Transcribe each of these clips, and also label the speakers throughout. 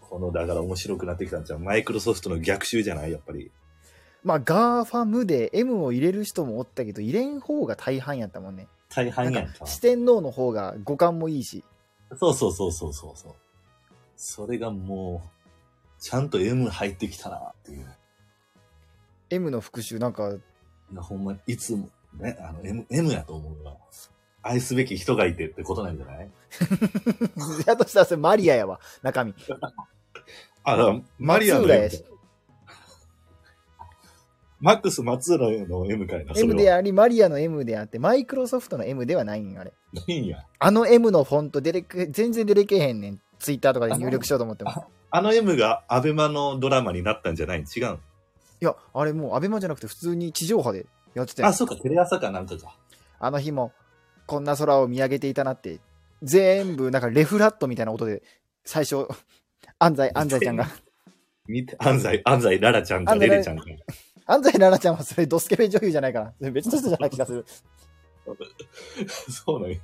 Speaker 1: この、だから面白くなってきたんじゃん。マイクロソフトの逆襲じゃないやっぱり。
Speaker 2: まあ、ガーファムで M を入れる人もおったけど、入れん方が大半やったもんね。
Speaker 1: 大半やんか。
Speaker 2: 四天王の方が五感もいいし。
Speaker 1: そうそうそうそうそうそう。それがもう、ちゃんと M 入ってきたなっていう。
Speaker 2: M の復讐なんか、
Speaker 1: いやほんま、いつも、ね、あの、M、M やと思うわ。愛すべき人がいてってことなんじゃない
Speaker 2: やとしたらそれマリアやわ、中身。
Speaker 1: あ、だからマリアの
Speaker 2: 松浦や
Speaker 1: M
Speaker 2: し。
Speaker 1: マックス松浦の M かいな。それ
Speaker 2: M
Speaker 1: は
Speaker 2: であり、マリアの M であって、マイクロソフトの M ではないん、あれ。
Speaker 1: いいんや。
Speaker 2: あの M のフォント出てく、全然出てけへんねん。ツイッターとかで入力しようと思っても。
Speaker 1: あの M がアベマのドラマになったんじゃない違う。
Speaker 2: いや、あれもう、アベマじゃなくて普通に地上波でやってたよ
Speaker 1: あ、そうか、テレ朝かなんかか。
Speaker 2: あの日も、こんな空を見上げていたなって、全部、なんかレフラットみたいな音で、最初、 安西、安西ちゃんが、
Speaker 1: 見て、安西、安西、ララちゃんか、
Speaker 2: 安西
Speaker 1: レレちゃんか。
Speaker 2: 安西奈々ちゃんはそれドスケベ女優じゃないかな。それ別の人じゃない気がする。
Speaker 1: そうなんや。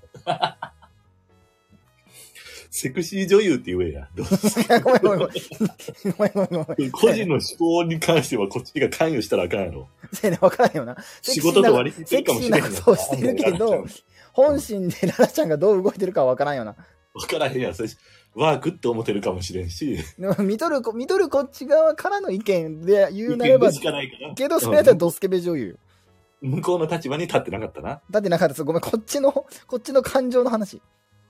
Speaker 1: セクシー女優って言えや。どう
Speaker 2: いやごめんごめんごめん。ごめんごめんごめん。
Speaker 1: 個人の思考に関してはこっちが関与したらあかんやろ。
Speaker 2: せやね、わからんよな。
Speaker 1: 仕事と割り切って
Speaker 2: セ
Speaker 1: る
Speaker 2: ク
Speaker 1: かも
Speaker 2: シー
Speaker 1: しれ
Speaker 2: な
Speaker 1: へんやん
Speaker 2: ことをしてるけど、本心で奈々ちゃんがどう動いてるかはわからんよな。
Speaker 1: わからへんやん。それしワークって思ってるかもしれんし、
Speaker 2: でも見とるこ、見とるこっち側からの意見で言う
Speaker 1: 意
Speaker 2: なれ
Speaker 1: 見
Speaker 2: ば
Speaker 1: で、しかないから。
Speaker 2: けどそれやったらドスケベ女優よ。
Speaker 1: 向こうの立場に立ってなかったな。
Speaker 2: だってなかったです。ごめん、こっちの、こっちの感情の話。